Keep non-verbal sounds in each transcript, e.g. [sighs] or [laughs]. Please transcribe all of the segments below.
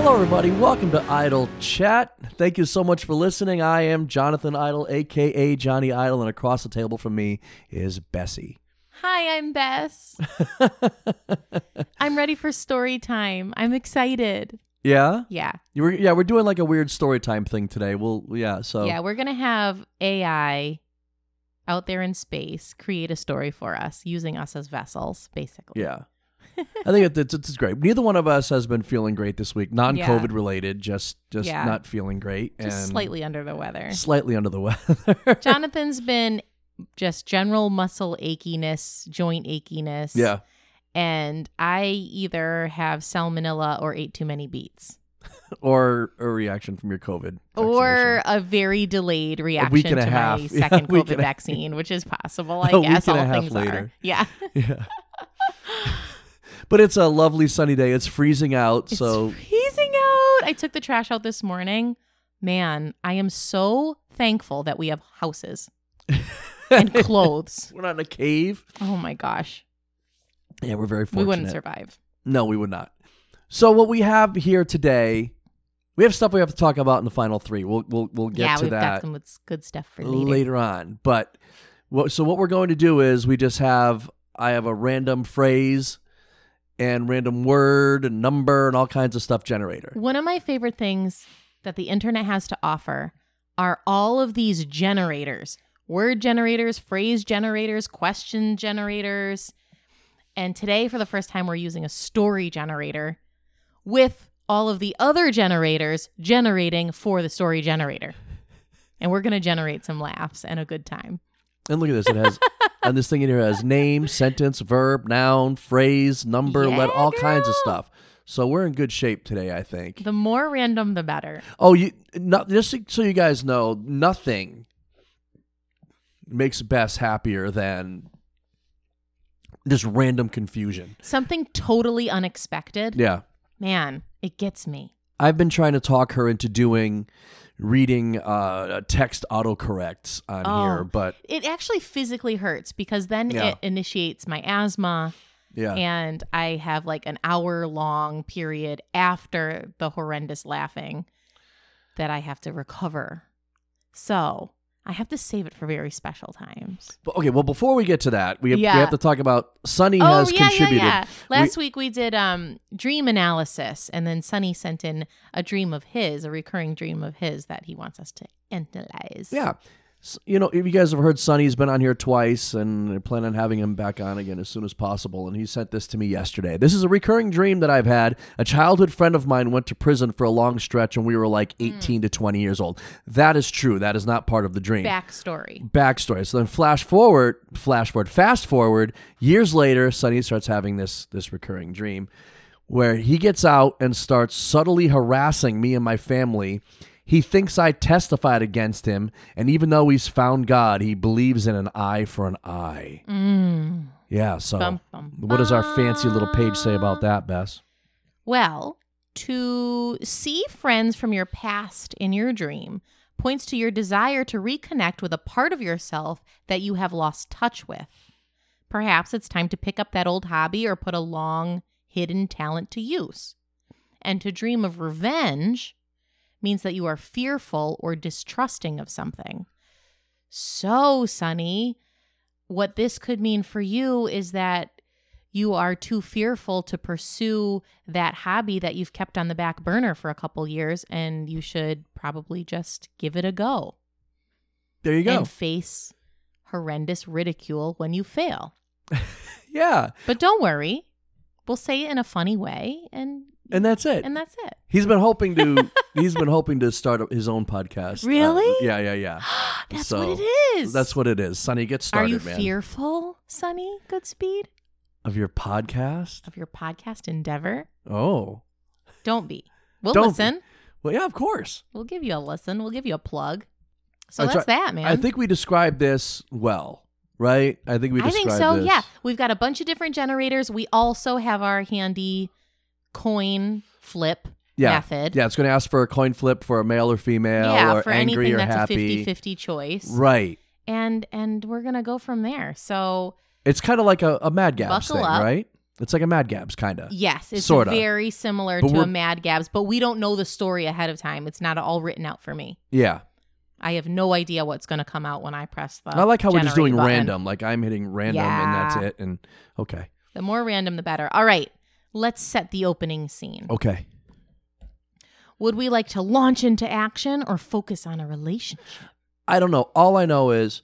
everybody. Welcome to Idle Chat. Thank you so much for listening. I am Jonathan Idle, aka Johnny Idle, and across the table from me is Bessie. Hi, I'm Bess. I'm ready for story time. I'm excited. Yeah, Yeah. you were. Yeah, we're doing like a weird story time thing today. We'll. Yeah. So. Yeah, we're going to have AI out there in space create a story for us using us as vessels, basically. [laughs] Yeah. I think it, it's, it's great. Neither one of us has been feeling great this week. Non-COVID related, just just Yeah. not feeling great Just and slightly under [laughs] the weather. slightly under the weather. [laughs] Jonathan's been just general muscle achiness, joint achiness. yeah. And I either have salmonella or ate too many beets. Or a reaction from your COVID. or vaccination. a very delayed reaction week and to a half. [laughs] my Yeah, second week COVID and a- vaccine, which is possible. I [laughs] A week guess and all a half things later. are. Yeah, [laughs] Yeah. but it's a lovely sunny day. It's freezing out, so it's freezing out. I took the trash out this morning. Man, I am so thankful that we have [laughs] houses and clothes. we're not in a cave. Oh my gosh, Yeah, we're very we fortunate. wouldn't survive. No, we would not. So what we have here today, we have stuff we have to talk about in the final three. We'll we'll we'll get yeah, to we've got that some with- good stuff for later. later. on. But what, so what we're going to do is we just have I have a random phrase and random word and number and all kinds of stuff generator. One of my favorite things that the internet has to offer are all of these generators word generators, phrase generators, question generators. And today, for the first time, we're using a story generator with all of the other generators generating for the story generator. And we're going to generate some laughs and a good time. And look at this. It [laughs] has and this thing in here has name, sentence, verb, noun, phrase, number, Yeah, let all kinds of girl. stuff. So we're in good shape today, I think. The more random, the better. oh, you not just so you guys know, nothing makes Bess happier than just random confusion. Something totally unexpected. Yeah. Man, it gets me. I've been trying to talk her into doing reading uh text autocorrects on Oh. here, but it actually physically hurts because then Yeah. it initiates my asthma yeah. and I have like an hour long period after the horrendous laughing that I have to recover. So I have to save it for very special times. But, okay, well before we get to that, we have, Yeah. we have to talk about Sunny oh has yeah, yeah, contributed. yeah. Last week we did um dream analysis and then Sunny sent in a dream of his, a recurring dream of his that he wants us to analyze. Yeah. S you know, if you guys have heard Sonny's been on here twice and I plan on having him back on again as soon as possible. And he sent this to me yesterday. This is a recurring dream that I've had. A childhood friend of mine went to prison for a long stretch and we were like 18 to 20 years old. That is true. That is not part of the dream. Backstory. Backstory. So then flash forward, flash forward, fast forward, years later, Sonny starts having this this recurring dream where he gets out and starts subtly harassing me and my family. He thinks I testified against him, and even though he's found God, he believes in an eye for an eye. Yeah, so Mm. Bum, bum, what does our fancy little page say about that, Bess? Well, to see friends from your past in your dream points to your desire to reconnect with a part of yourself that you have lost touch with. Perhaps it's time to pick up that old hobby or put a long hidden talent to use. And to dream of revenge means that you are fearful or distrusting of something. So, Sonny, what this could mean for you is that you are too fearful to pursue that hobby that you've kept on the back burner for a couple years and you should probably just give it a go There you go. and face horrendous ridicule when you fail. yeah, But don't worry. We'll say it in a funny way and and that's it. and that's it. He's been hoping to. he's been hoping to start a- his own podcast. Uh, Really? yeah, yeah, yeah. [gasps] That's So, what it is. That's what it is. Sonny, get Are started, you man. fearful, Sonny Goodspeed, of your podcast? of your podcast endeavor? Oh, Don't be. We'll Don't be. listen. well, yeah, of course. We'll give you a listen. We'll give you a plug. So I that's try- that, man. I think we described this well, right? I think we. I Described think so. This. Yeah, we've got a bunch of different generators. We also have our handy coin flip Yeah. method. Yeah, it's going to ask for a coin flip for a male or female, Yeah, or for angry anything or that's happy. a 50-50 choice. Right. And and we're going to go from there. So, It's kind of like a, a Mad Gabs Buckle thing, up. right? It's like a Mad Gabs kind of. Yes, it's Sorta. very similar But to a we're- Mad Gabs, but we don't know the story ahead of time. It's not all written out for me. Yeah. I have no idea what's going to come out when I press the. I like how we're just generate doing button. random. Like I'm hitting random and that's Yeah. it. And okay. The more random, the better. All right, let's set the opening scene. Okay. Would we like to launch into action or focus on a relationship? I don't know. All I know is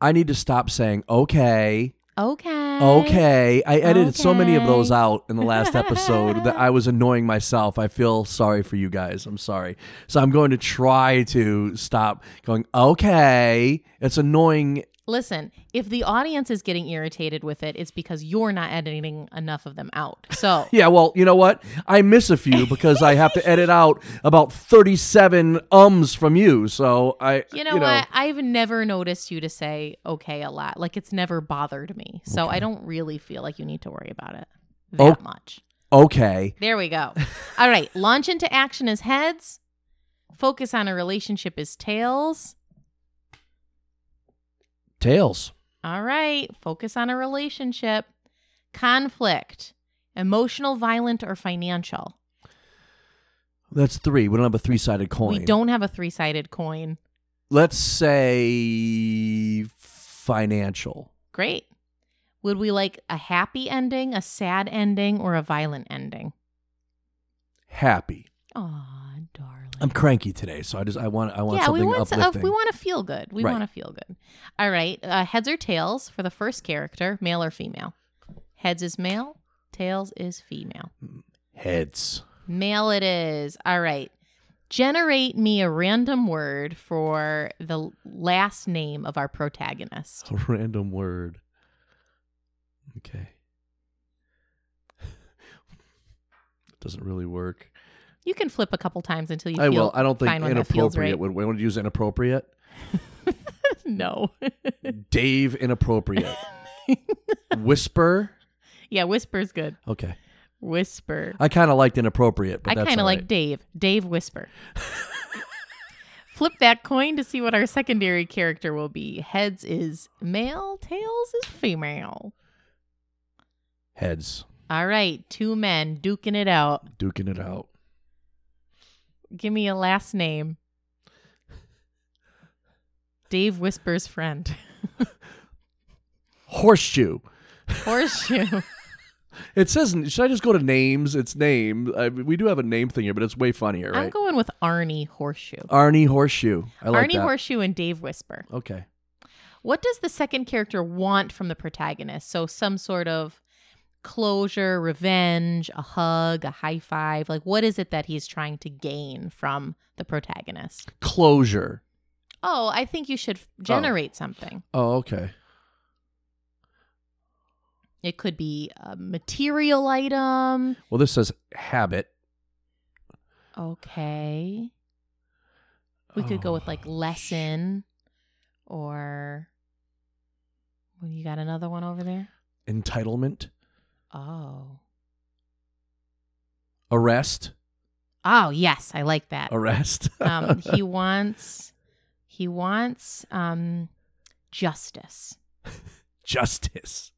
I need to stop saying okay. Okay. Okay. I edited so many of those Okay. out in the last episode that [laughs] I was annoying myself. I feel sorry for you guys. I'm sorry. So I'm going to try to stop going, okay. It's annoying. Listen, if the audience is getting irritated with it, it's because you're not editing enough of them out. [laughs] So, Yeah, well, you know what? I miss a few because I have [laughs] to edit out about 37 ums from you. So I, you know, what? I've never noticed you to say okay a lot. Like it's never bothered me. So, I don't really feel like you need to worry about it that Oh. much. Okay. There we [laughs] go. All right, launch into action is heads. Focus on a relationship is tails. Tails. All right, focus on a relationship. Conflict, emotional, violent, or financial. That's three. We don't have a three sided coin. We don't have a three sided coin. Let's say financial. Great. Would we like a happy ending, a sad ending, or a violent ending? Happy. Aw, darling. I'm cranky today, so I just I want I want yeah, something we want to, uh, uplifting. we want to feel good. We Right. want to feel good. All right. Uh, heads or tails for the first character, male or female? Heads is male, tails is female. Heads. Male it is. All right. Generate me a random word for the last name of our protagonist. A random word. Okay. [laughs] Doesn't really work. You can flip a couple times until you I feel will. I don't think fine when that feels inappropriate right. would. We want to use inappropriate. Hmm. no. [laughs] Dave inappropriate. Whisper. yeah, whisper's good. Okay. Whisper. I kind of liked inappropriate, but I that's kind of all like right. Dave. [laughs] Dave Whisper. Flip that coin to see what our secondary character will be. Heads is male, tails is female. heads All right, two men duking it out. duking it out. Give me a last name. Dave [laughs] Whisper's friend. Horseshoe. Horseshoe. It says. Should I just go to names? It's name. I, we do have a name thing here, but it's way funnier, I'm right? going with Arnie Horseshoe. Arnie Horseshoe. I like Arnie that. Horseshoe and Dave Whisper. okay. What does the second character want from the protagonist? So, some sort of closure, revenge, a hug, a high five. Like, what is it that he's trying to gain from the protagonist? Closure. Oh, I think you should f- generate something. Oh, okay. It could be a material item. Well, this says habit. Okay. We could go with like Oh, lesson or. Well, you got another one over there? entitlement, Oh. arrest, Oh, yes. I like that. arrest. [laughs] um, he wants he wants um, justice. [laughs] Justice.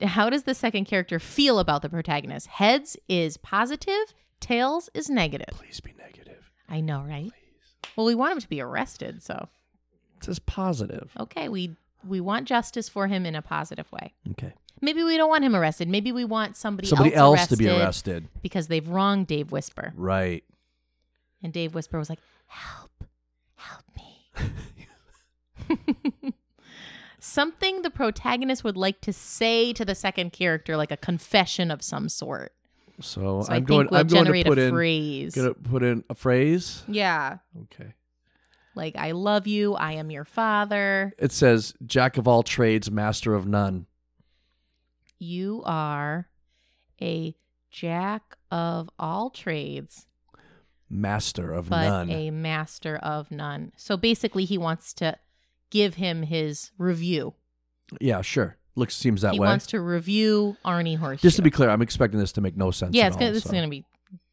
How does the second character feel about the protagonist? Heads is positive, tails is negative. Please be negative. I know, right? Please. Well, we want him to be arrested, so It says positive. okay, we we want justice for him in a positive way. Okay. Maybe we don't want him arrested. Maybe we want somebody, Somebody else, else, to be arrested. because they've wronged Dave Whisper. Right. And Dave Whisper was like, Help, help [laughs] me. Something the protagonist would like to say to the second character, like a confession of some sort. So, So i I'm going. think we'll I'm going to generate put a in. phrase. Gonna put in a phrase. yeah. Okay. Like, I love you. I am your father. It says jack of all trades, master of none. You are a jack of all trades, Master of but none. a master of none. So basically, he wants to give him his review. yeah, sure. Looks seems that he way. wants to review Arnie Horseshoe. Just to be clear, I'm expecting this to make no sense. Yeah, at it's gonna, all, this so. is going to be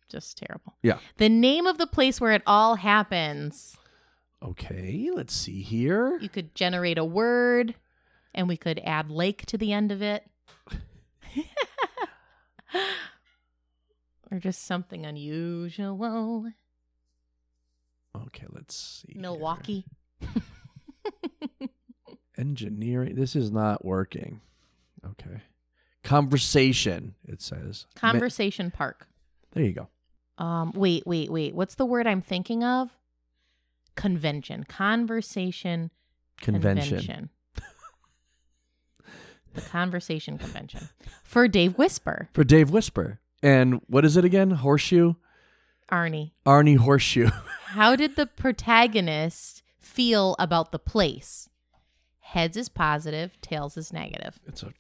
just terrible. Yeah. The name of the place where it all happens. Okay, let's see here. You could generate a word and we could add lake to the end of it. [laughs] or just something unusual. Okay, let's see. here. Milwaukee. Engineering. This is not working. Okay. Conversation, it says. Ma- Conversation Park. there you go. Um, wait, wait, wait. What's the word I'm thinking of? Convention. Conversation Convention. the conversation convention. For Dave Whisper, For Dave Whisper. And what is it again? Horseshoe? Arnie. Arnie Horseshoe. [laughs] How did the protagonist feel about the place? Heads is positive, tails is negative. It's a.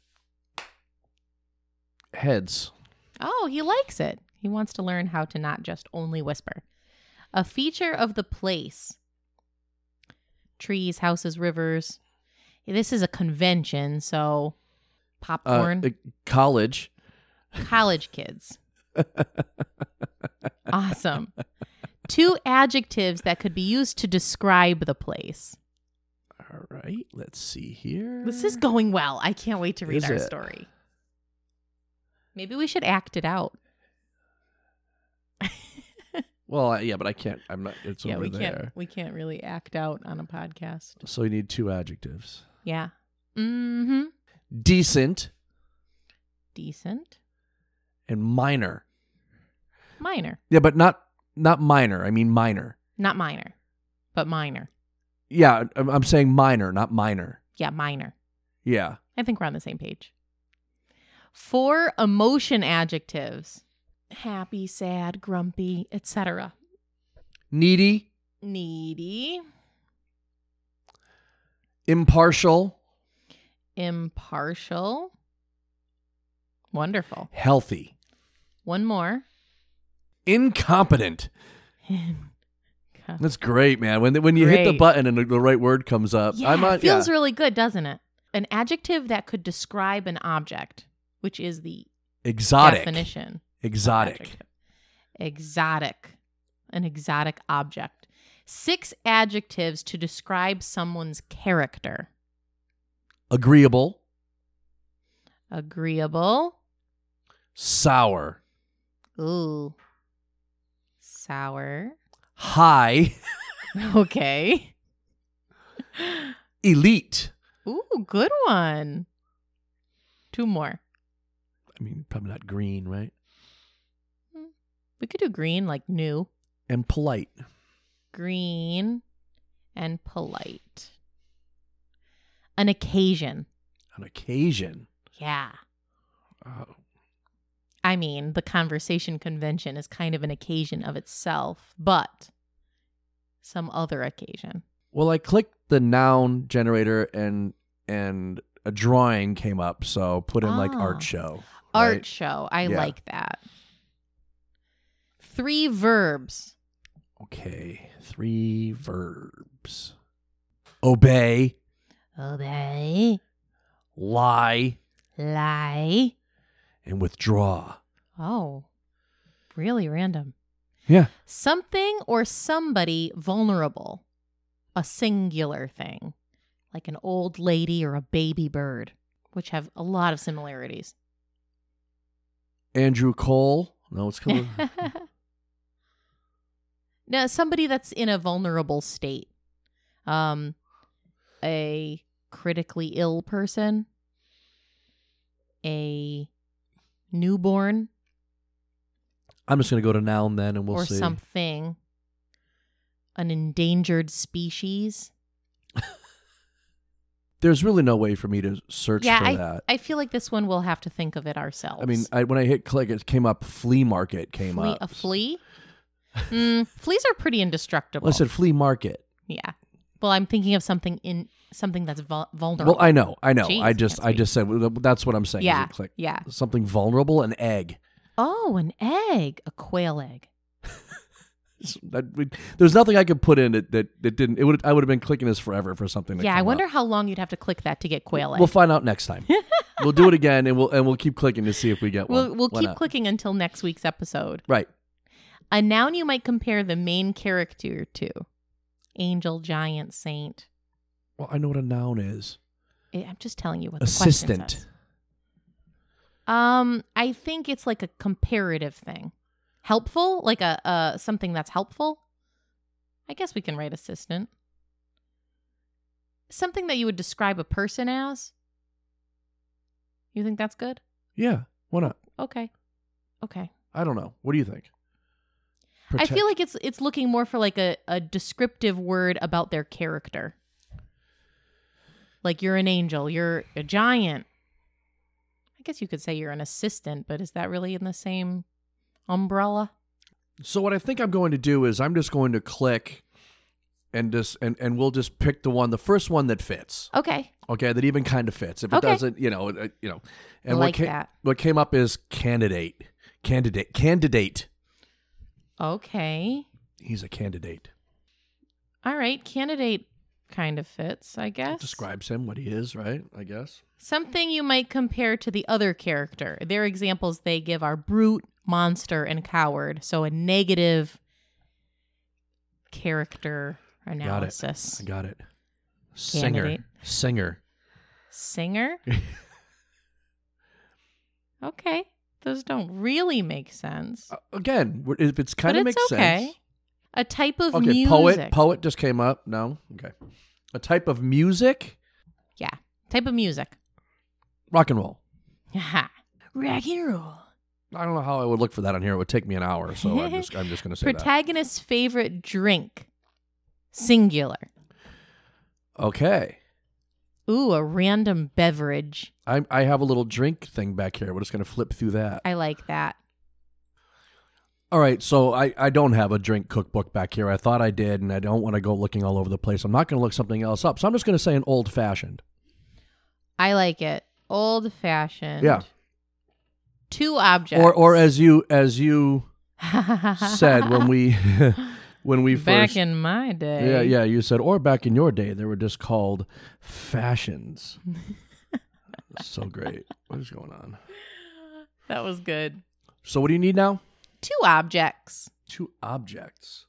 Heads. Oh, he likes it. He wants to learn how to not just only whisper. A feature of the place trees, houses, rivers. This is a convention, so Uh, popcorn, uh, college. college kids. awesome. Two adjectives that could be used to describe the place. All right, let's see here. This is going well. I can't wait to read Is our it? story. Maybe we should act it out. well, I- yeah, but I can't. I'm not. It's yeah, over we there. can't we can't really act out on a podcast. So you need two adjectives: Yeah. Mm-hmm. decent Decent. and minor. Minor. Yeah, but not not minor. I mean minor. Not minor. But minor. Yeah, I'm, I'm saying minor, not minor. Yeah, minor. Yeah. I think we're on the same page. Four emotion adjectives. Happy, sad, grumpy, etc. Needy, Needy, impartial, impartial. Wonderful. healthy, [laughs] One more. incompetent. That's great, man. When when you hit the Great. button and the, the right word comes up, Yeah, I'm on. it feels yeah. really good, doesn't it? An adjective that could describe an object, which is the exotic. definition. Exotic. Adjective. Exotic. An exotic object. Six adjectives to describe someone's character Agreeable, agreeable. sour, Ooh. Sour. [laughs] high, [laughs] Okay. elite. Ooh, good one. Two more. I mean, probably not green, right? We could do green, like new. And polite. Green and polite. An occasion. On occasion. Yeah. Oh, I mean, the conversation convention is kind of an occasion of itself, but some other occasion. well, I clicked the noun generator and and a drawing came up, so put in like Ah. art show. Art right? show. I Yeah. like that. Three verbs. Okay. Three verbs. Obey, Obey, lie, lie. and withdraw. Oh, really random. Yeah. Something or somebody vulnerable. A singular thing, like an old lady or a baby bird, which have a lot of similarities. Andrew Cole. No, it's [laughs] [laughs] coming. no, somebody that's in a vulnerable state. Um a critically ill person, a newborn I'm just gonna go to noun then, and we'll or see. something. An endangered species. There's really no way for me to search yeah, for I, that. I feel like this one we'll have to think of it ourselves. I mean, I, when I hit click, it came up. Flea market came Flea- up. a flea. Mm, fleas are pretty indestructible. Well, I said flea market. yeah. Well, I'm thinking of something in something that's vul- vulnerable. Well, I know, I know. Jeez, I you just, can't I speak. just said well, that's what I'm saying. is Yeah. it click- Yeah. something vulnerable, an egg. Oh, an egg, a quail egg. S- that would- There's nothing I could put in it that, that didn't. It would, I would have been clicking this forever for something. That yeah, I came wonder up. how long you'd have to click that to get quail egg. We'll find out next [laughs] time. we'll do it again, and we'll and we'll keep clicking to see if we get one. we'll, we'll Why keep not? clicking until next week's episode. Right. A noun you might compare the main character to angel, giant, saint. Well, I know what a noun is. Eh, I- I'm just telling you what the question Assistant. says. Um, I think it's like a comparative thing. Helpful, like a uh something that's helpful. I guess we can write assistant. Something that you would describe a person as. You think that's good? Yeah, why not? Okay. Okay. I don't know. What do you think? I feel like it's it's looking more for like a, a descriptive word about their character. Like you're an angel, you're a giant. I guess you could say you're an assistant, but is that really in the same umbrella? So what I think I'm going to do is I'm just going to click and just and, and we'll just pick the one the first one that fits. Okay. Okay, that even kind of fits. If it Okay. doesn't, you know, it- you know. I And like what came that. what came up is candidate. Candidate candidate. Okay. He's a candidate. All right. Candidate kind of fits, I guess. Describes him what he is, right? I guess. Something you might compare to the other character. Their examples they give are brute, monster, and coward. So a negative character analysis. I got it. Singer. Candidate. Singer. [laughs] Singer? okay. Those don't really make sense. Uh, Again, w- if it's kind but of it's makes okay. sense. A type of Okay, music. poet. Poet just came up. No. Okay. A type of music, yeah. Type of music. [laughs] rock and roll. Rock and roll. I don't know how I would look for that on here. It would take me an hour, so I'm just I'm just going to [laughs] say that. Protagonist's favorite drink. Singular. Okay. Ooh, a random beverage. I I have a little drink thing back here. We're just going to flip through that. I like that. All right, so I I don't have a drink cookbook back here. I thought I did, and I don't want to go looking all over the place. I'm not going to look something else up, so I'm just going to say an old fashioned. I like it. Old fashioned. Yeah. Two objects. Or or as you as [laughs] you said when we [laughs] when we back first in my day. yeah yeah you said or back in your day they were just called [laughs] fashions. so great. What is going on? That was good. So what do you need now? Two objects. two objects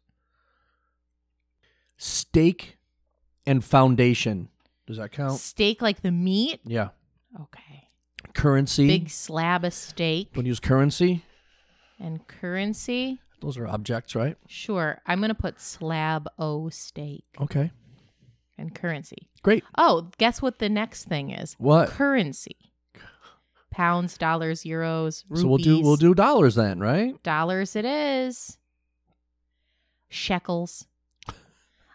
stake and foundation does that count Steak like the meat. yeah Okay. currency Big slab of steak don't use currency and currency. those are objects right Sure. I'm going to put slab O steak okay and currency. great Oh, guess what the next thing is? What? [laughs] Currency. Pounds, dollars, euros, rupees. so we'll do we'll do dollars then right dollars it is. Shekels.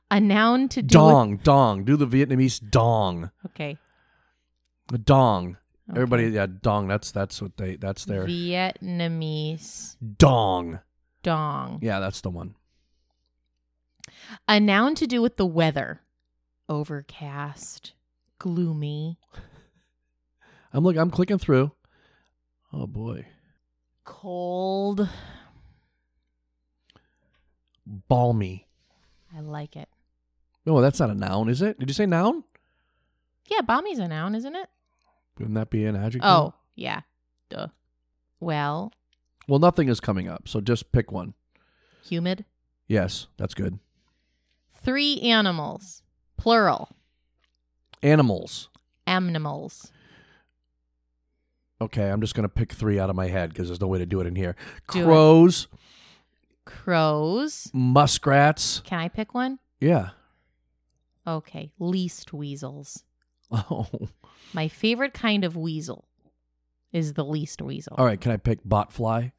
A noun to do dong dong do the vietnamese dong with- okay. dong Okay. everybody yeah dong that's that's what they that's their Vietnamese dong dong. yeah that's the one A noun to do with the weather. Overcast, gloomy, i'm look i'm clicking through oh boy cold. balmy I like it. no Oh, that's not a noun is it did you say noun Yeah, balmy's a noun, isn't it? wouldn't that be an adjective Oh, yeah. Duh. Well, Well, nothing is coming up, so just pick one. humid. Yes, that's good. Three animals, plural. Animals. Animals. Okay, I'm just going to pick three out of my head because there's no way to do it in here. Do it. Crows, Crows. muskrats. Can I pick one? Yeah. [laughs] Okay. Least weasels. Oh. My favorite kind of weasel is the least weasel. All right, can I pick botfly?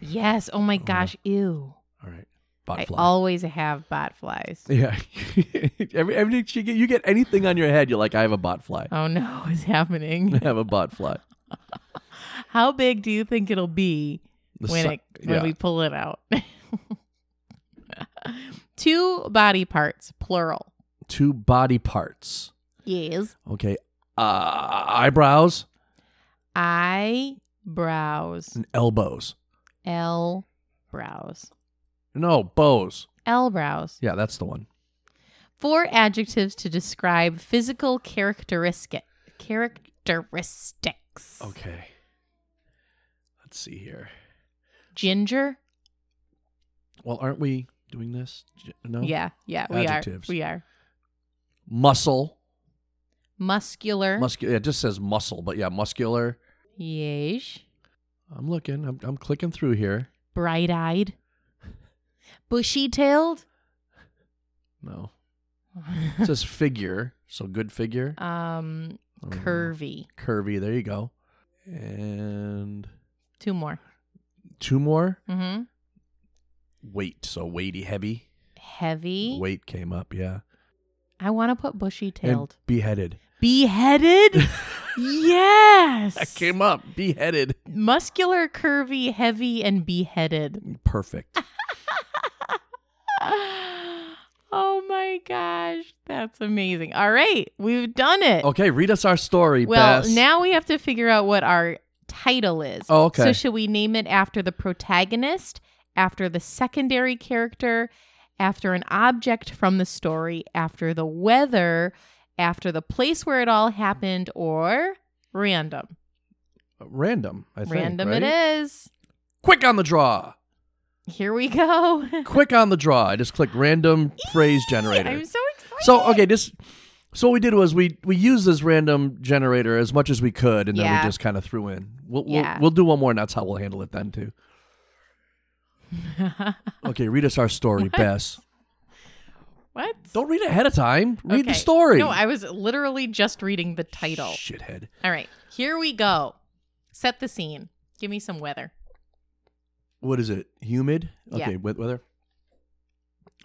Yes. Oh my gosh. Ew. All right. I Botfly. always have bot flies. [laughs] yeah. [laughs] every, every you get, you get anything on your head, you're like, I have a botfly. Oh no, [laughs] [laughs] it's happening. I have a [laughs] botfly. How big do you think it'll be The when si- it when yeah. we pull it out? [laughs] Two body parts, plural. Two body parts. Yes. Okay. Uh, eyebrows Eyebrows. and elbows. L brows. No, bows. L brows. Yeah, that's the one. Four adjectives to describe physical characteristic characteristics. Okay. Let's see here. Ginger. Well, aren't we doing this? J- No. Yeah, yeah, we Adjectives. are. We are. Muscle. Muscular. Muscular. It just says muscle, but yeah, muscular. Yes. I'm looking. I'm, I'm clicking through here. Bright eyed. Bushy [laughs] tailed. No, it says figure. So good figure. I um, don't know. curvy. Curvy. There you go. And Two more. two more. Mm-hmm. Weight. So weighty, heavy. Heavy. Weight came up. Yeah. I want to put bushy And tailed. beheaded. [laughs] Beheaded? yes. That came up. Beheaded. Muscular, curvy, heavy, and beheaded. [laughs] Perfect. [sighs] Oh my gosh. That's amazing. All right. We've done it. Okay, read us our story. well, Bess. now we have to figure out what our title is. Oh, okay. So, should we name it after the protagonist, after the secondary character, after an object from the story, after the weather, after the place where it all happened, or random? Uh, random. I think. random right? it is. Quick on the draw. Here we go. [laughs] Quick on the draw. I just clicked random E! phrase generator. I'm so excited. So okay, this. So what we did was we we used this random generator as much as we could, and then Yeah. we just kind of threw in. We'll, we'll Yeah. we'll do one more, and that's how we'll handle it then too. Okay, read us our story, Bess. [laughs] what? Don't read ahead of time. Read the Okay. story. No, I was literally just reading the title. Shithead. All right. Here we go. Set the scene. Give me some weather. What is it? Humid. Yeah. Okay, wet weather.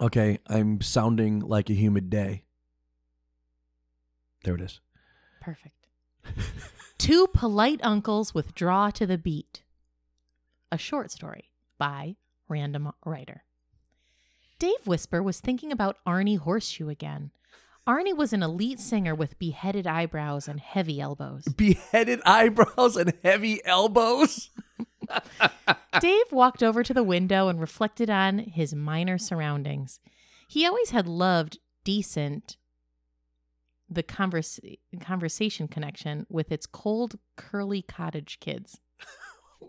Okay, I'm sounding like a humid day. There it is. Perfect. [laughs] Two polite uncles withdraw to the beat. A short story by random writer. Dave Whisper was thinking about Arnie Horseshoe again. Arnie was an elite singer with beheaded eyebrows and heavy elbows. Beheaded eyebrows and heavy elbows. Dave walked over to the window and reflected on his minor surroundings. He always had loved decent the converse, conversation connection with its cold, curly cottage [laughs] kids.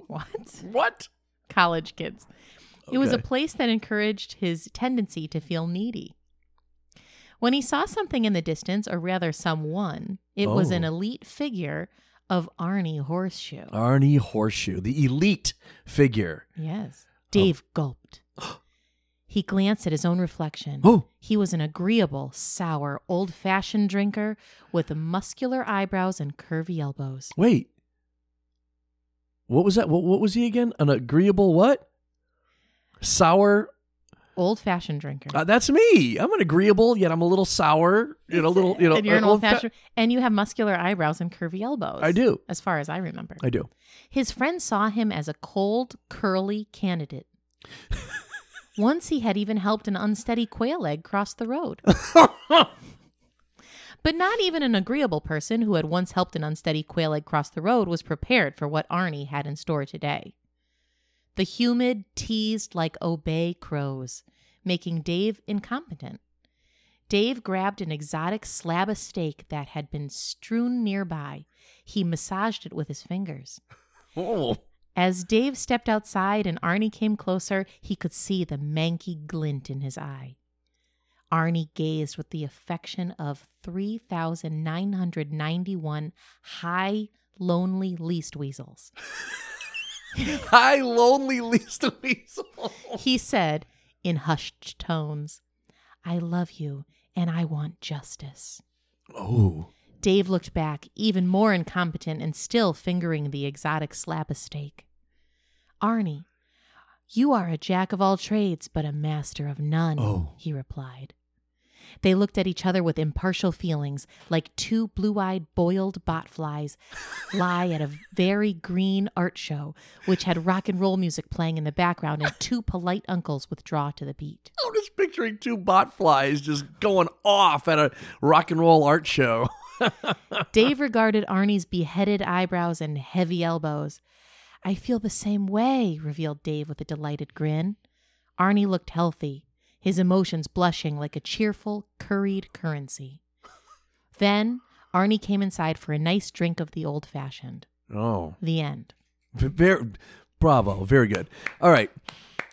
What? What? College kids. It was a Okay. place that encouraged his tendency to feel needy. When he saw something in the distance, or rather someone, it was an Oh. elite figure of Arnie Horseshoe. Arnie Horseshoe, the elite figure. Oh. Yes. Dave [gasps] gulped. he glanced at his own reflection. Oh, He was an agreeable, sour, old fashioned drinker with muscular eyebrows and curvy elbows. wait. What was that? What, what was he again? An agreeable what? Sour. Old fashioned drinker. Uh, that's me. I'm an agreeable, yet I'm a little sour. You know, a little. You know, and you're an uh, old fa- fashioned and you have muscular eyebrows and curvy elbows. I do. As far as I remember. I do. His friends saw him as a cold, curly candidate. Once he had even helped an unsteady quail egg cross the road. but not even an agreeable person who had once helped an unsteady quail egg cross the road was prepared for what Arnie had in store today. The humid teased like obey crows, making Dave incompetent. Dave grabbed an exotic slab of steak that had been strewn nearby. He massaged it with his fingers. Oh, As Dave stepped outside and Arnie came closer, he could see the manky glint in his eye. Arnie gazed with the affection of 3,991 high, lonely least weasels. hi, lonely least weasel. He said in hushed tones, I love you and I want justice. Oh, Dave looked back, even more incompetent and still fingering the exotic slab of steak. Arnie, you are a jack of all trades, but a master of none, Oh. he replied. They looked at each other with impartial feelings, like two blue eyed boiled botflies lie at a very green art show, which had rock and roll music playing in the background, and two polite uncles withdraw to the beat. I'm just picturing two bot flies just going off at a rock and roll art show. Dave regarded Arnie's beheaded eyebrows and heavy elbows. I feel the same way, revealed Dave with a delighted grin. Arnie looked healthy, his emotions blushing like a cheerful, curried currency. Then Arnie came inside for a nice drink of the old fashioned. Oh. The end. V- Very, bravo, very good. All right.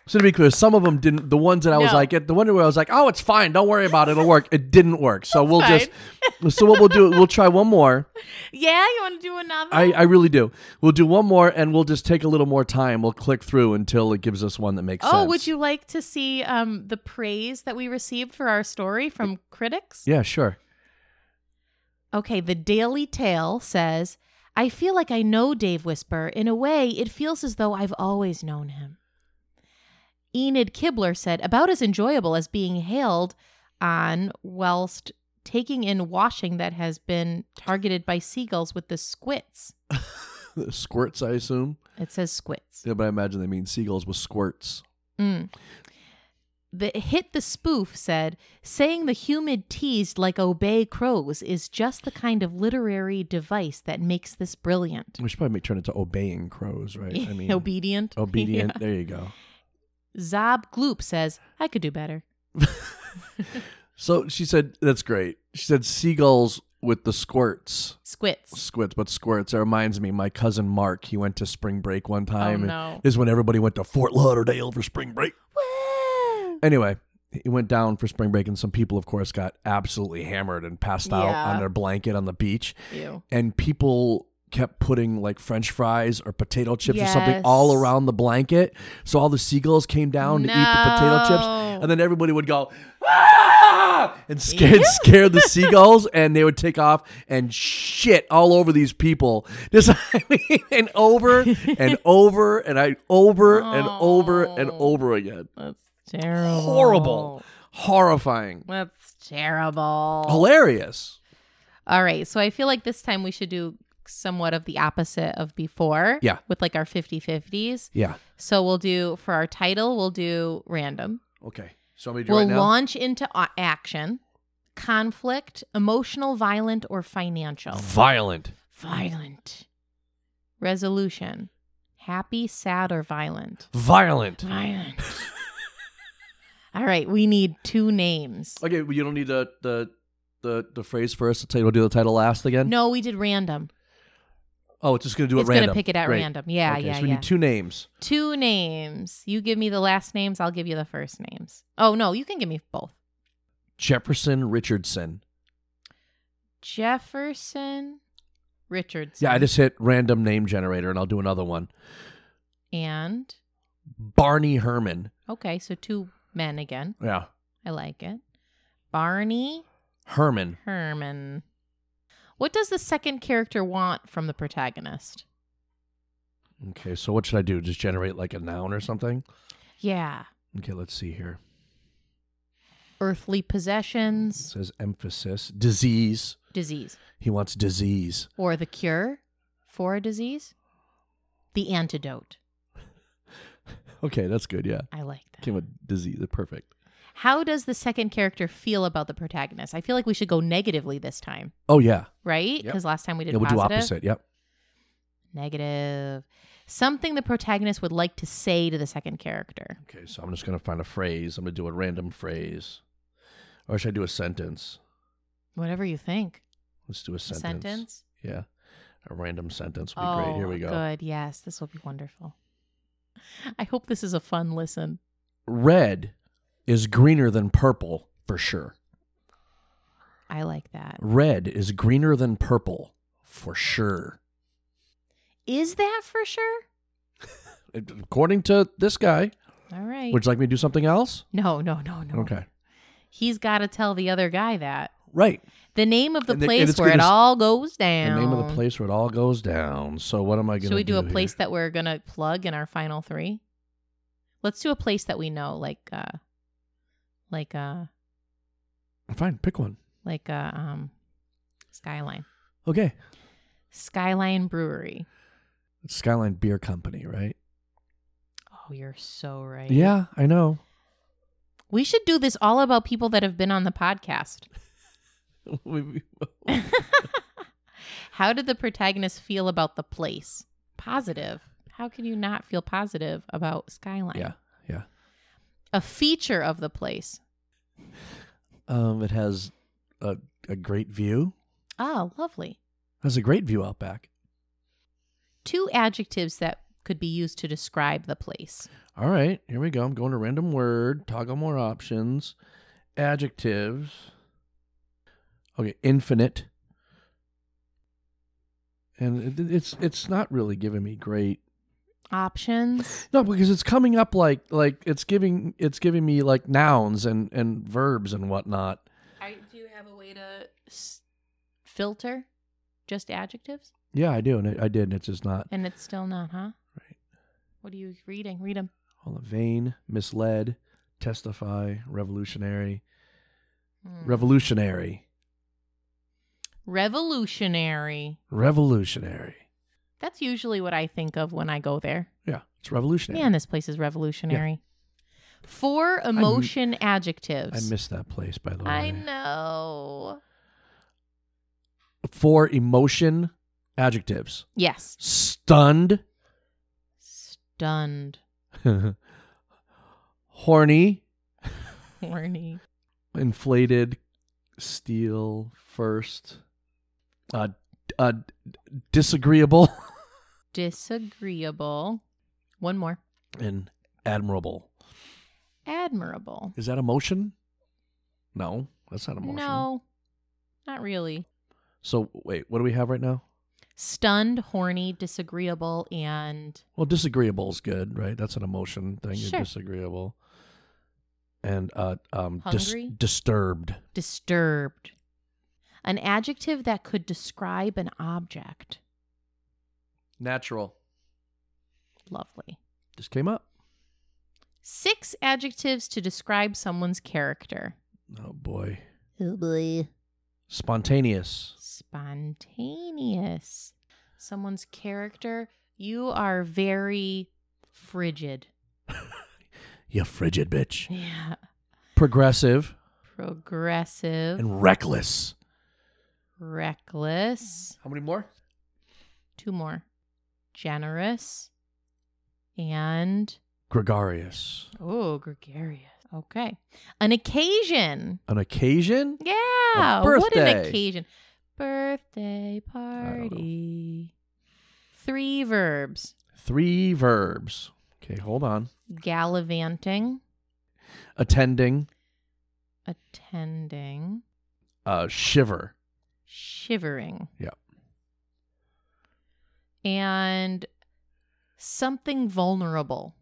So to be clear, some of them didn't. The ones that I was No. like, the one where I was like, "Oh, it's fine, don't worry about it, it'll work." It didn't work, so we'll just [laughs] So what we'll do, we'll try one more. Yeah, you want to do another? [laughs] I, I really do. We'll do one more, and we'll just take a little more time. We'll click through until it gives us one that makes oh, sense. would you like to see um, the praise that we received for our story from critics? Yeah, sure. [laughs] Okay, the Daily Tale says, I feel like I know Dave Whisper. In a way, it feels as though I've always known him. Enid Kibler said, about as enjoyable as being hailed on whilst taking in washing that has been targeted by seagulls with the squits. Squirts, I assume. It says squits. Yeah, but I imagine they mean seagulls with squirts. Mm. The hit the spoof said, saying the humid teased like obey crows is just the kind of literary device that makes this brilliant. We should probably make, turn it to obeying crows, [laughs] right? I mean, obedient. [laughs] obedient. There you go. Yeah. Zob Gloop says, I could do better. So she said, "That's great." She said, "Seagulls with the squirts, Squits. squirts, but squirts." It reminds me, my cousin Mark. He went to spring break one time. oh and no. This is when everybody went to Fort Lauderdale for spring break. [laughs] Woo! Anyway, he went down for spring break, and some people, of course, got absolutely hammered and passed out Yeah. on their blanket on the beach. Ew. And people kept putting like French fries or potato chips or something Yes. all around the blanket. So all the seagulls came down to eat the potato chips. No. And then everybody would go, ah! and scared, scare [laughs] the seagulls, and they would take off and shit all over these people. [laughs] Just, I mean, and over [laughs] and over and I over and over and Oh. over again. That's terrible. Horrible. Horrifying. That's terrible. Hilarious. All right. So I feel like this time we should do somewhat of the opposite of before. Yeah. With like our 50 50s. Yeah. So we'll do, for our title, we'll do random. Okay. So I'm gonna do We'll right now. launch into a- action, conflict, emotional, violent, or financial. Violent. Violent. Resolution happy, sad, or violent. Violent. [laughs] Violent. All right. We need two names. Okay, well, you don't need the the the, the phrase first. I'll tell you, we'll do the title last again. No, we did random. Oh, it's just gonna do it it's random. gonna pick it at Great. random. Yeah, okay, yeah, so we yeah. need two names. two names. You give me the last names. I'll give you the first names. Oh no, you can give me both. Jefferson Richardson. Jefferson Richardson. Yeah, I just hit random name generator and I'll do another one. and Barney Herman. okay, so two men again. Yeah. I like it. Barney Herman. Herman. What does the second character want from the protagonist? Okay, so what should I do? Just generate like a noun or something? Yeah. Okay, let's see here. Earthly It possessions, says emphasis. Disease. disease, He wants disease. or the cure for a disease, the antidote. Okay, that's good. Yeah. I like that. Came with disease. Perfect. How does the second character feel about the protagonist? I feel like we should go negatively this time, Oh, yeah. right? Yep. Because last time we did yeah we'll do positive. opposite. Yep. Negative. Something the protagonist would like to say to the second character. Okay, so I'm just going to find a phrase. I'm going to do a random phrase. Or should I do a sentence? Whatever you think. Let's do a A sentence. sentence. Yeah. A random sentence would be Oh, great. Here we go. Good. Yes, this will be wonderful. I hope this is a fun listen. Red is greener than purple for sure. I like that. Red is greener than purple for sure. Is that for sure? According to this guy, All right. would you like me to do something else? no, no, no, no. Okay. He's got to tell the other guy that. Right. The name of the And the- and place it's where it gonna s- all goes down. The name of the place where it all goes down. So what am I going to Should we do, a here? place that we're gonna plug in our final three? Let's do a place that we know, like uh like uh Fine, pick one. like uh um Skyline. Okay. Skyline Brewery. It's Skyline Beer Company, right? Oh, you're so right. Yeah, I know. [laughs] We should do this all about people that have been on the podcast. How did the protagonist feel about the place? Positive. How can you not feel positive about Skyline? yeah, yeah. A feature of the place. Um, it has a, a great view. Ah, lovely. It has a great view out back. Two adjectives that could be used to describe the place. All right, here we go. I'm going to random word, toggle more options, adjectives. Okay, infinite. And it, it's it's not really giving me great. Options. No, because it's coming up like like it's giving it's giving me like nouns and and verbs and whatnot. [laughs] I, do you have a way to s- filter just adjectives? Yeah, I do, and I, I did, and it's just not. And it's still not, huh? Right. What are you reading? Read them. Hold on, vain, misled, testify, revolutionary, Hmm. revolutionary, Revolutionary. revolutionary. That's usually what I think of when I go there. Yeah, it's revolutionary. Man, this place is revolutionary. Four emotion adjectives. I missed that place, by the way. I know. Four emotion adjectives: Yes. stunned, [laughs] Stunned. horny, Horny. inflated, steel first, uh, uh, disagreeable, [laughs] Disagreeable. One more. and admirable. Admirable. Is that emotion? No, that's not emotion. No, not really. So wait, what do we have right now? Stunned, horny, disagreeable, and Well, disagreeable is good, right? That's an emotion thing. You're Sure. disagreeable. And uh, um, dis- Hungry? disturbed. disturbed. An adjective that could describe an object. Natural. Lovely. Just came up. Six adjectives to describe someone's character. Oh boy. Oh boy. Spontaneous. Spontaneous. Someone's character. You are very frigid. You frigid bitch. Yeah. Progressive Progressive. and reckless. reckless. How many more? Two more. Generous. And Gregarious. oh, gregarious. Okay. An occasion. An occasion? Yeah. What an birthday. occasion. know. Birthday party. Three verbs. Three verbs. Okay, hold on. Gallivanting, Attending. attending, Uh, shiver. shivering. Yep. And something vulnerable.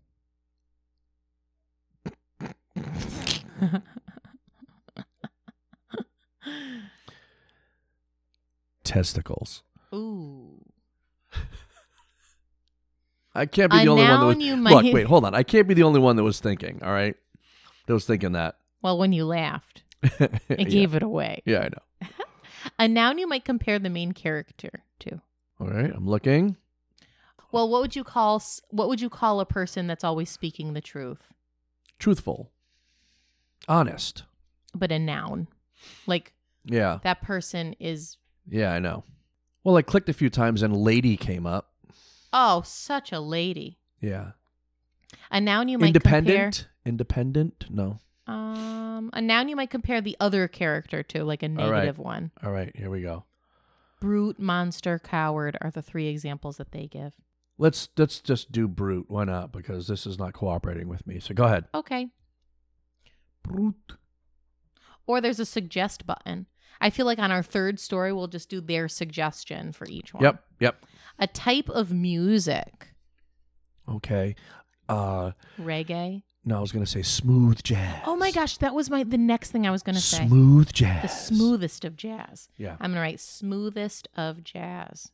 Testicles. Ooh. I can't be the A only one that noun was. you Look, might- [laughs] wait, hold on. I can't be the only one that was thinking. All right, that was thinking that. Well, when you laughed, [laughs] yeah. it gave it away. yeah, I know. A noun you might compare the main character to. All right, I'm looking. Well, what would you call s- what would you call a person that's always speaking the truth, Truthful, honest. but a noun? Like Yeah, that person is yeah, I know. Well, I clicked a few times and "lady" came up. oh, such a lady. Yeah, A noun you might independent, independent. No. compare um a noun you might compare the other character to, like a right. negative one. All right, here we go. Brute, monster, coward are the three examples that they give. Let's let's just do brute. Why not? Because this is not cooperating with me. So go ahead. Okay. Brute. Or there's a suggest button. I feel like on our third story we'll just do their suggestion for each one. Yep. Yep. A type of music. Okay. Uh, Reggae. no, I was gonna say smooth jazz. Oh my gosh, that was my the next thing I was gonna say. Smooth jazz. The smoothest of jazz. Yeah. I'm gonna write smoothest of jazz.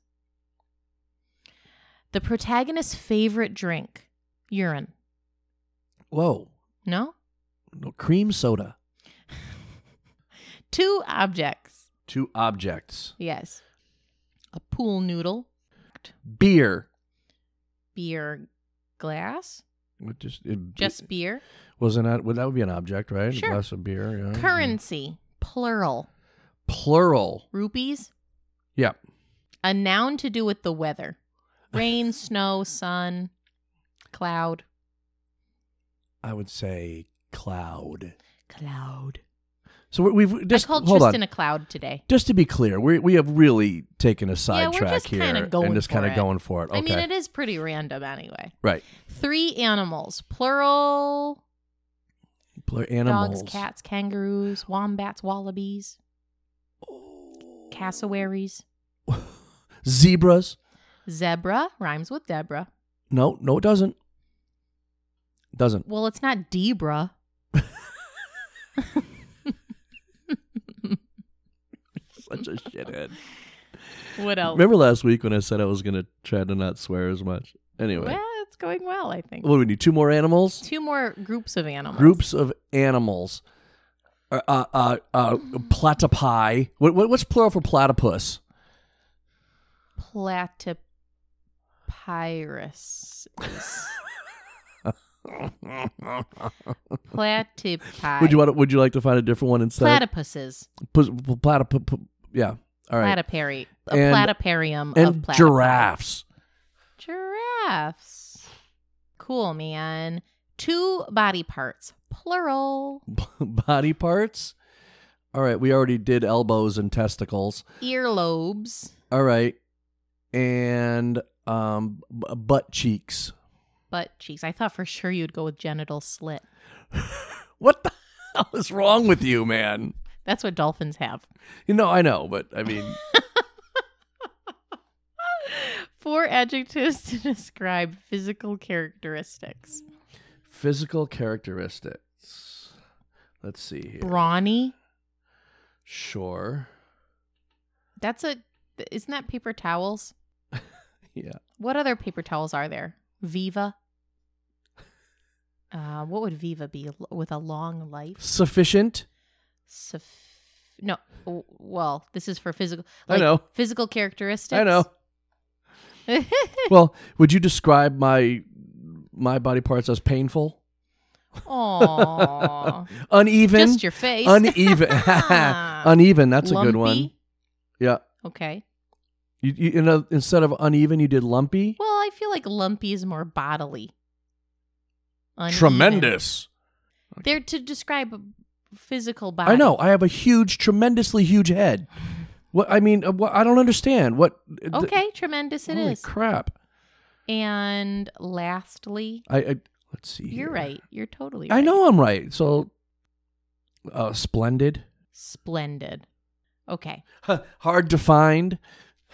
The protagonist's favorite drink, urine. Whoa. No? No cream soda. Two objects. Two objects. Yes. A pool noodle, Beer. beer glass, What Just, it, just beer. wasn't that well, that would be an object, right? Sure. A glass of beer. Yeah. Currency, plural. Plural. Rupees, Yeah. a noun to do with [laughs] the weather. Rain, snow, sun, cloud. I would say cloud. Cloud. So we- we've just I called hold Tristan on. a cloud today. just to be clear, we we have really taken a we're sidetrack just here kinda going and just for kind it. of going for it. Okay, I mean, it is pretty random anyway. right? Three animals, plural. Plur- animals. Dogs, cats, kangaroos, wombats, wallabies. Oh, cassowaries, Zebras? zebra rhymes with Deborah. No, no, it doesn't. Doesn't. [laughs] Well, it's not Debra. [laughs] Such a shithead. What else? Remember last week when I said I was going to try to not swear as much? Anyway, Well, it's going well, I think. what do we need? Two more animals? Two more groups of animals. Groups of animals. Uh, uh, uh, uh, platypi. What, what, what's plural for [laughs] platypus? [laughs] Platypyrus. Platypi. Would you want? Would you like to find a different one instead? platypuses? Pus- pl- platyp- pl- Yeah. All right. Platypary. A And- platyparium of and platypi. giraffes. [laughs] Giraffes. Cool, man. Two body parts, plural. Body parts. All right. We already did elbows and testicles. Earlobes, All right. And um, b- butt cheeks. butt cheeks. I thought for sure you'd go with genital slit. What the [laughs] hell is wrong with you, man? That's what dolphins have. You know, I know, but I mean, Four adjectives to [laughs] describe physical characteristics physical characteristics. Let's see here. brawny. Sure. That's a, isn't that paper towels? Yeah. What other paper towels are there? Viva. Uh, what would Viva be L- with a long life? Sufficient. Suff- no, w- well, this is for physical. I know. physical characteristics. I know. well, would you describe my my body parts as painful, [laughs] Aww, uneven, just your face. [laughs] [laughs] uneven, [laughs] uneven? That's a good one. Lumpy? Yeah. Okay. You, you, you know, instead of uneven, you did lumpy. Well, I feel like lumpy is more bodily. Uneven. Tremendous. They're to describe physical body. I know. I have a huge, tremendously huge head. What I mean, uh, what, I don't understand. What? th- Okay, tremendous Oh, it holy is. crap! and lastly, I, I let's see. You're here. right. You're totally right. I know I'm right. So, uh, splendid. [laughs] Splendid. Okay. hard to find. [laughs]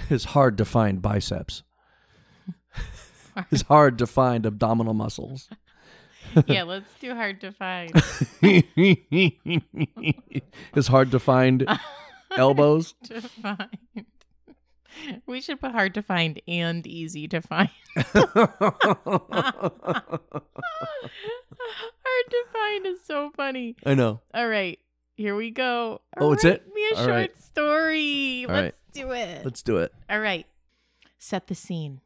It's hard to find biceps. It's hard to find abdominal muscles. [laughs] yeah, let's do hard to find. it's hard to [laughs] find elbows. to find. [laughs] We should put hard to find and easy to find. [laughs] hard to find is so funny. I know. All right. Here we go. Oh, it's Write it? Me a All short right. story. All Let's do it. Let's do it. All right. Set the scene.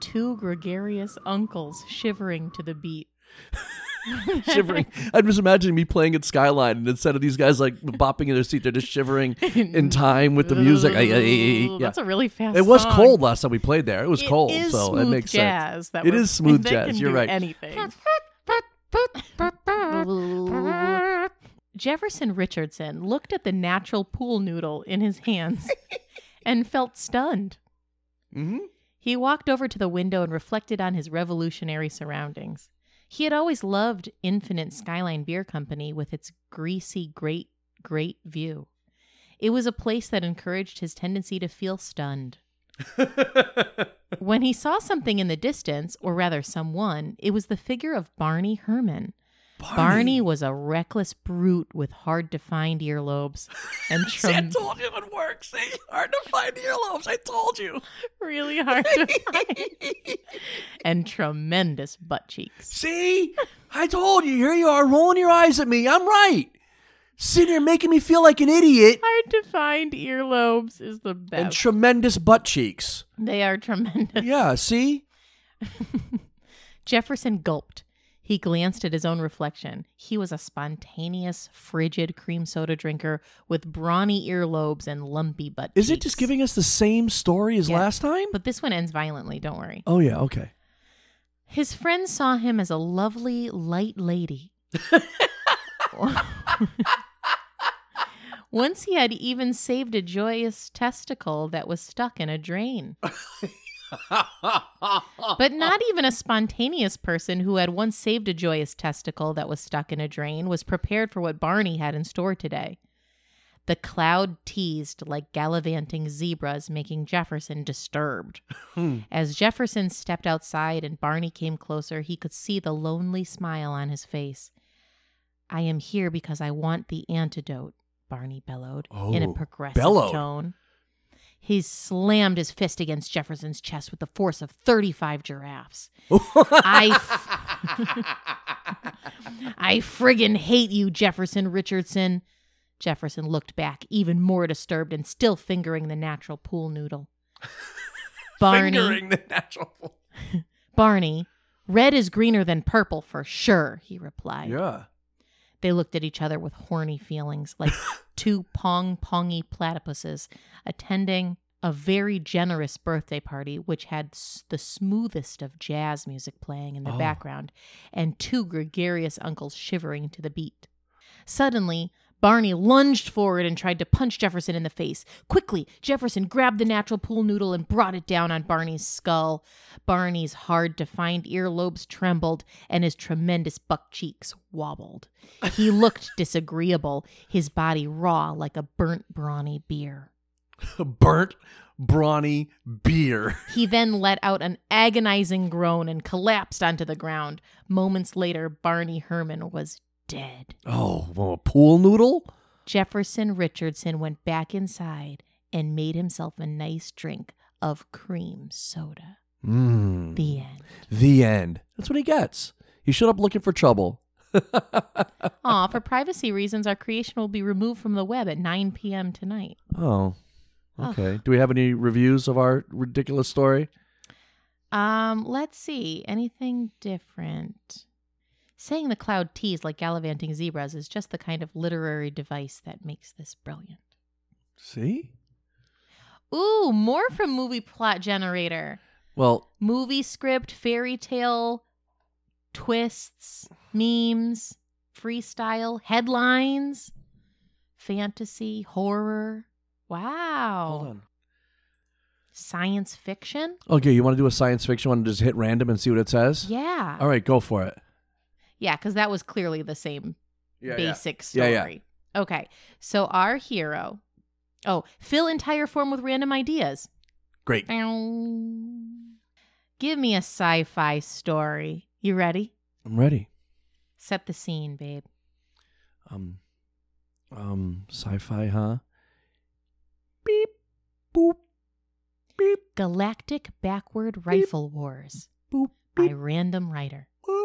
Two gregarious uncles shivering to the beat. [laughs] Shivering. I'm just imagining me playing at Skyline, and instead of these guys like bopping in their seat, they're just shivering in time with the music. I- I- I- I- yeah. That's a really fast. It was song. cold last time we played there. It was It cold, is so it smooth makes sense. jazz That It we're- [laughs] is smooth that jazz. Can You're do right. [laughs] Anything. Jefferson Richardson looked at the natural pool noodle in his hands and felt stunned. Mm-hmm. He walked over to the window and reflected on his revolutionary surroundings. He had always loved Infinite Skyline Beer Company with its greasy, great, great view. It was a place that encouraged his tendency to feel stunned. when he saw something in the distance, or rather someone, it was the figure of Barney Herman. Barney, was a reckless brute with hard to find earlobes [laughs] and See, I trem- told you it would work. See, hard to find earlobes. I told you. really hard to find [laughs] and tremendous butt cheeks. See, I told you. Here you are, rolling your eyes at me. I'm right. Sitting here making me feel like an idiot. Hard to find earlobes is the And best. tremendous butt [laughs] cheeks. they are tremendous. [laughs] Yeah. See. Jefferson gulped. He glanced at his own reflection. He was a spontaneous, frigid cream soda drinker with brawny earlobes and lumpy butt. Is it cheeks. just giving us the same story as Yeah. last time? But this one ends violently. Don't worry. Oh yeah. [laughs] Okay. His friends saw him as a lovely, light lady. Once he had even saved a joyous testicle that was stuck in a drain. But not even a spontaneous person who had once saved a joyous testicle that was stuck in a drain was prepared for what Barney had in store today. The cloud teased like gallivanting zebras, making Jefferson disturbed. Hmm. As Jefferson stepped outside and Barney came closer, he could see the lonely smile on his face. I am here because I want the antidote, Barney bellowed in a Oh, progressive bellowed. tone. He slammed his fist against Jefferson's chest with the force of [laughs] 35 giraffes. I, f- I friggin' hate you, Jefferson Richardson. Jefferson looked back, even more disturbed and still fingering the natural [laughs] pool noodle. Barney, Fingering the natural. Barney, red is greener than purple for sure, he replied. Yeah. They looked at each other with horny feelings, [laughs] like two pong pongy platypuses attending a very generous birthday party, which had s- the smoothest of jazz music playing in the Oh. background, and two gregarious uncles shivering to the beat. Suddenly, Barney lunged forward and tried to punch Jefferson in the face. Quickly, Jefferson grabbed the natural pool noodle and brought it down on Barney's skull. Barney's hard to find earlobes trembled and his tremendous buck cheeks wobbled. He looked disagreeable, his body raw like a burnt brawny beer. Burnt, brawny beer. He then let out an agonizing groan and collapsed onto the ground. Moments later, Barney Herman was dead. Oh, well, a pool noodle? Jefferson Richardson went back inside and made himself a nice drink of cream soda. Mmm. The end. The end. That's what he gets. He showed up looking for trouble. Aw, for privacy reasons, our creation will be removed from the web at 9 p.m. tonight. Oh. Okay. Do we have any reviews of our ridiculous story? Um, let's see. Anything different? Saying the cloud teased like gallivanting zebras is just the kind of literary device that makes this brilliant. See? Ooh, more from Movie Plot Generator. Well, Movie script, fairy tale, twists, memes, freestyle, headlines, fantasy, horror. hold Wow. on. Science fiction? Okay, you want to do a science fiction one and just hit random and see what it says? Yeah. All right, go for it. Yeah, because that was clearly the same basic Yeah, story. yeah. Okay. So our hero. Oh, fill entire form with random ideas. Great. Give me a sci fi story. You ready? I'm ready. Set the scene, babe. Um, um, sci-fi, huh? Beep, boop, beep, Galactic Backward Rifle Wars boop, by beep, Random Writer. boop.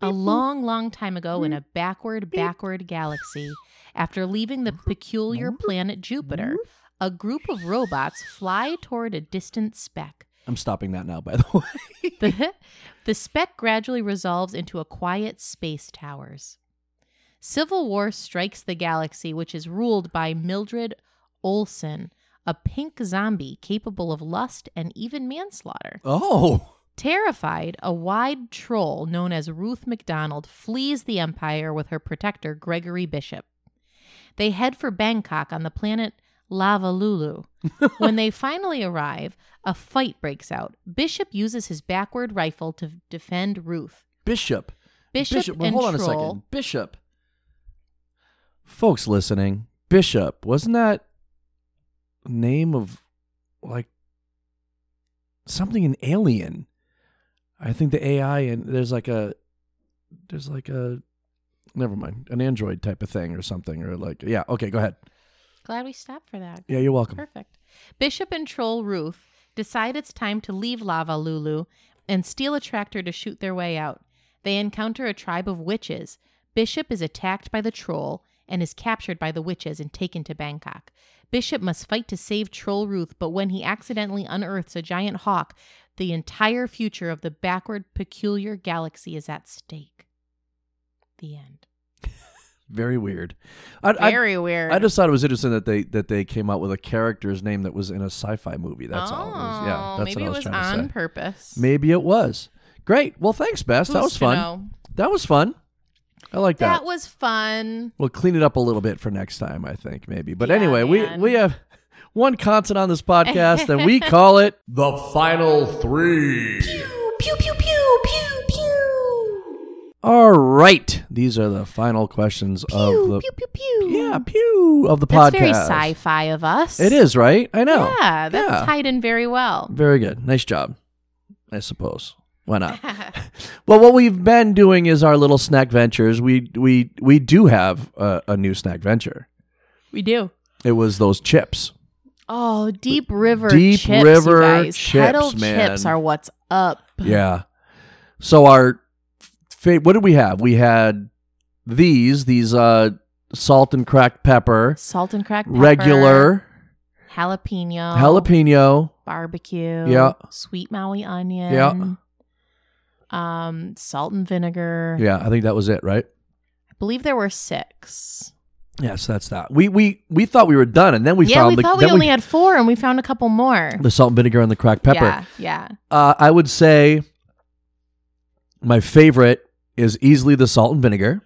A Beep, boop. long, long time ago in a backward, Beep. backward galaxy, after leaving the peculiar planet Jupiter, a group of robots fly toward a distant speck. [laughs] I'm stopping that now, by the [laughs] way. the, [laughs] the speck gradually resolves into a quiet space towers. Civil War strikes the galaxy, which is ruled by Mildred Olson, a pink zombie capable of lust and even manslaughter. oh, Terrified, a wide troll known as Ruth MacDonald flees the Empire with her protector, Gregory Bishop. They head for Bangkok on the planet [laughs] Lavalulu. when they finally arrive, a fight breaks out. Bishop uses his backward rifle to defend Ruth. Bishop. Bishop, well, and hold on Troll. a second. Bishop. Folks listening, Bishop wasn't that name of like something in Alien? I think the AI and there's like a there's like a never mind an android type of thing or something or like yeah okay go ahead Glad we stopped for that. yeah you're welcome Perfect. Bishop and Troll Ruth decide it's time to leave Lava Lulu and steal a tractor to shoot their way out. They encounter a tribe of witches. Bishop is attacked by the troll and is captured by the witches and taken to Bangkok. Bishop must fight to save Troll Ruth, but when he accidentally unearths a giant hawk, the entire future of the backward, peculiar galaxy is at stake. The end. very weird I, I- Very weird. I just thought it was interesting that they that they came out with a character's name that was in a sci-fi movie. That's all. It was, yeah, that's Oh, what maybe I was, it was trying to on say. purpose. Maybe it was. Great. Well, thanks, Bess. that Who's was to fun. know? That was fun. I like that. That was fun. we'll clean it up a little bit for next time, I think, maybe. But Yeah, anyway, man. we we have one constant on this podcast, and [laughs] we call it the final three. Pew pew pew pew pew. All right. These are the final questions of the pew, pew, pew. yeah pew of the That's podcast. very sci-fi of us. It is right. I know. Yeah, that's Yeah. tied in very well. Very good. Nice job. I suppose. Why [laughs] not? [laughs] Well, what we've been doing is our little snack ventures. We we we do have a, a new snack venture. we do. It was those chips. Oh, Deep River Deep chips, River you guys. chips, Kettle man. chips are what's up. Yeah. So our fa- what did we have? We had these these uh salt and cracked pepper, Salt and cracked pepper, Oh. regular jalapeno, jalapeno. barbecue, Yeah. sweet Maui onion, Yeah. um, salt and vinegar. Yeah, I think that was it, right? I believe there were six. Yes, that's that. We we we thought we were done, and then we yeah, found we the, thought we then only had four, and we found a couple more. the salt and vinegar and the cracked pepper. Yeah, yeah. Uh, I would say my favorite is easily the salt and vinegar.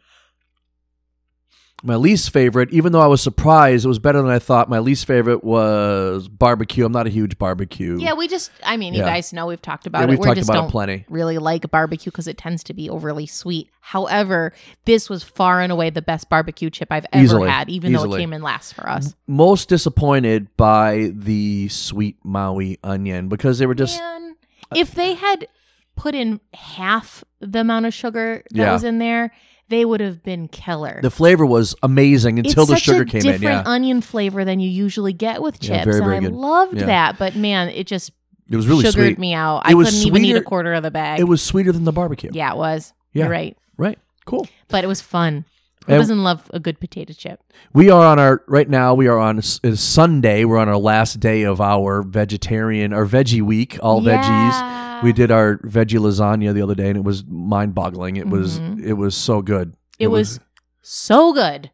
My least favorite, even though I was surprised, it was better than I thought. My least favorite was barbecue. I'm not a huge barbecue. Yeah, we just, I mean, you Yeah. guys know we've talked about Yeah, it. we've we talked just about don't it plenty. really like barbecue because it tends to be overly sweet. However, this was far and away the best barbecue chip I've ever Easily. had, even though Easily. it came in last for us. Most disappointed by the sweet Maui onion because they were just uh, Man, if they had put in half the amount of sugar that Yeah. was in there, they would have been killer. the flavor was amazing until it's the such sugar a came in. different Yeah, onion flavor than you usually get with chips, Yeah, very, very and I good. loved Yeah. that. But man, it just it was really sugared sweet. me out. It I was couldn't even eat a sweeter- quarter of the bag. It was sweeter than the barbecue. yeah, it was. Yeah. You're right. Right. Cool. But it was fun. Who And- doesn't love a good potato chip? We are on our right now. We are on s- is Sunday. We're on our last day of our vegetarian our veggie week. All veggies. Yeah. We did our veggie lasagna the other day, and it was mind boggling. It was Mhm. it was so good. It was so good.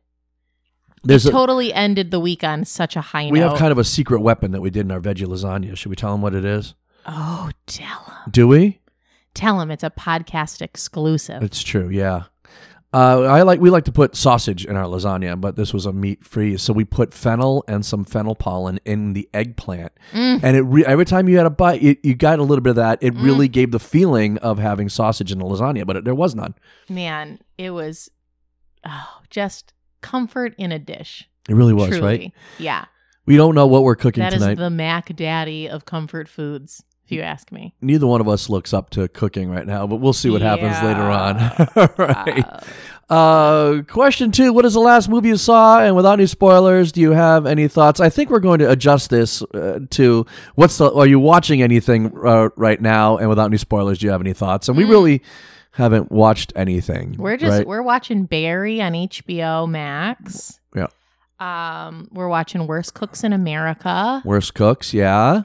There's a, totally ended the week on such a high we note. have kind of a secret weapon that we did in our veggie lasagna. Should we tell them what it is? oh, tell him. Do we? Tell him it's a podcast exclusive. It's true. Yeah. Uh, I like we like to put sausage in our lasagna, but this was a meat free, so we put fennel and some fennel pollen in the eggplant, Mm. and it re- every time you had a bite, it, you got a little bit of that. It Mm. really gave the feeling of having sausage in a lasagna, but it, there was none. Man, it was oh, just comfort in a dish. It really was truly. right. Yeah. We don't know what we're cooking that is tonight. the Mac Daddy of comfort foods, if you ask me. Neither one of us looks up to cooking right now, but we'll see what happens Yeah. later on. [laughs] All [laughs] right. Uh, Uh, question two: What is the last movie you saw? And without any spoilers, do you have any thoughts? I think we're going to adjust this uh, to what's the. Are you watching anything uh, right now? And without any spoilers, do you have any thoughts? And we really haven't watched anything. Mm. We're just right? we're watching Barry on HBO Max. Yeah. Um, we're watching Worst Cooks in America. worst cooks. Yeah,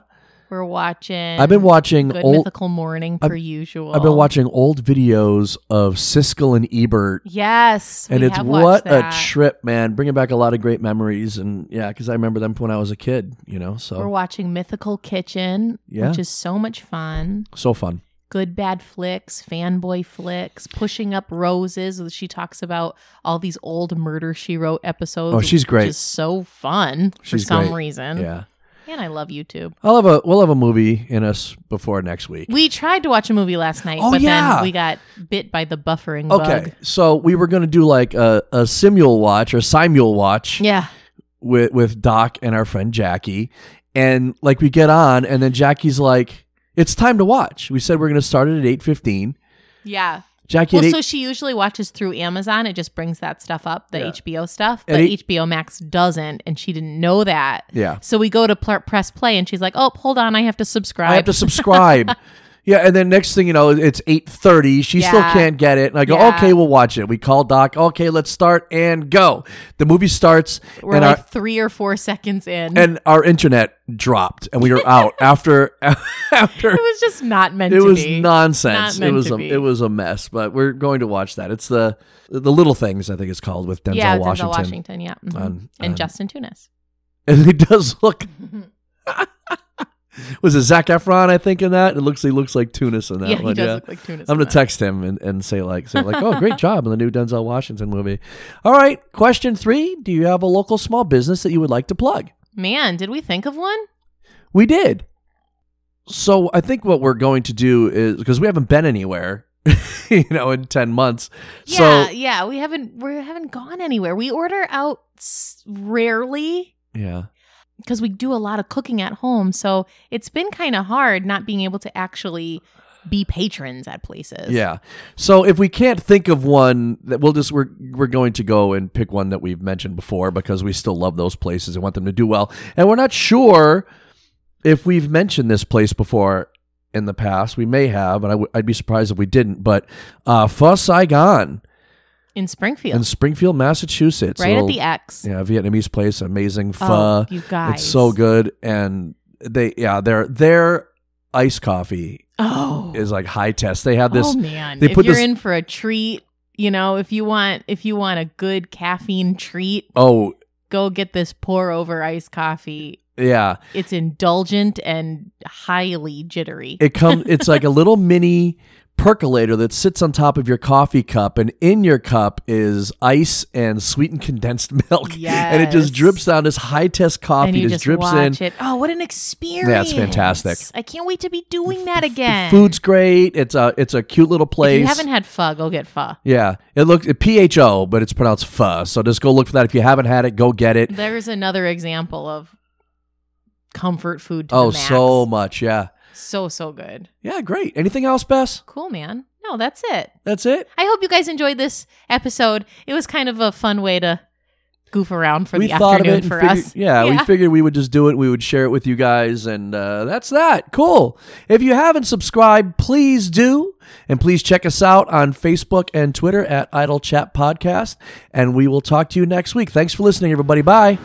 We're watching. I've been watching Good old. Mythical Morning I've- per usual. I've been watching old videos of Siskel and Ebert. Yes, And we it's have what watched a that. trip, man! Bringing back a lot of great memories, and yeah, because I remember them from when I was a kid. You know, We're so watching Mythical Kitchen, Yeah. which is so much fun. so fun. Good Bad Flicks, Fanboy Flicks, Pushing Up Roses. She talks about all these old Murder She Wrote episodes. Oh, she's great. Which is so fun She's for some great. reason. Yeah. And I love YouTube. I'll have a we'll have a movie in us before next week. We tried to watch a movie last night, Oh, but yeah. then we got bit by the buffering Okay, bug. so we were gonna do like a, a simul watch or simul watch Yeah. with with Doc and our friend Jackie, and like we get on, and then Jackie's like, "It's time to watch." We said we're gonna start it at eight fifteen. Yeah. Jackie, Well, at so 8 she usually watches through Amazon. It just brings that stuff up, the Yeah. HBO stuff, At but eight- HBO Max doesn't, and she didn't know that. yeah, So we go to pl- press play, and she's like, "Oh, hold on, I have to subscribe." I have to subscribe. [laughs] yeah, and then next thing you know, it's eight thirty. She still Yeah. can't get it, and I go, Yeah. "Okay, we'll watch it." We call Doc. Okay, let's start and go. The movie starts, We're and like "Hmm." our three or four seconds in. and our internet dropped and we were out after [laughs] after [laughs] it was just not meant it to was be. nonsense Not it meant was to a, be. it was a mess but we're going to watch that it's the the little things i think it's called with denzel yeah, washington, Denzel Washington. Yeah, mhm. On- and on- Justin Tunis. [laughs] and he does [laughs] look [laughs] was it zach efron i think in that it looks he looks like tunis in that yeah, one he does yeah look like Tunis. I'm in gonna that. text him and, and say like say like oh great job in the new Denzel Washington movie. All right, question three: Do you have a local small business that you would like to plug? Man, did we think of one? We did. So I think what we're going to do is because we haven't been anywhere [laughs] you know, in 10 months. Yeah, So, yeah. We haven't we haven't gone anywhere. We order out s- rarely yeah. because we do a lot of cooking at home. So it's been kind of hard not being able to actually be patrons at places. Yeah. So if we can't think of one that we'll just we're we're going to go and pick one that we've mentioned before because we still love those places and want them to do well. And we're not sure if we've mentioned this place before in the past. We may have, and i w- I'd be surprised if we didn't. But uh, Pho Saigon in Springfield, in Springfield, Massachusetts, right at Little- the X. yeah Vietnamese place, amazing pho. Oh, you guys, It's so good, and they yeah their their iced coffee Oh, is like high test. They have this oh man, they if put you're this- in for a treat, you know, if you want if you want a good caffeine treat, oh go get this pour over iced coffee. yeah It's indulgent and highly jittery. it comes it's like a little mini percolator that sits on top of your coffee cup and in your cup is ice and sweetened condensed [laughs] milk and it Yes. just drips down this high test coffee and you just, just drips in watch it. Oh, what an experience! fantastic. I can't wait to be doing that the again. food's great it's a it's a cute little If place you haven't had pho, go get pho. yeah it looks pho but it's pronounced pho so just go look for that if you haven't had it go get it There's another example of comfort food. To oh the max. so much yeah so so good. yeah great anything else bess Cool, man. No, that's it. that's it I hope you guys enjoyed this episode. It was kind of a fun way to goof around for the afternoon and for figured, [laughs] us. Yeah, Yeah. we figured we would just do it. We would share it with you guys, and uh, that's that. Cool. If you haven't subscribed, please do, and please check us out on Facebook and Twitter at Idle Chat Podcast. And we will talk to you next week. Thanks for listening, everybody. Bye.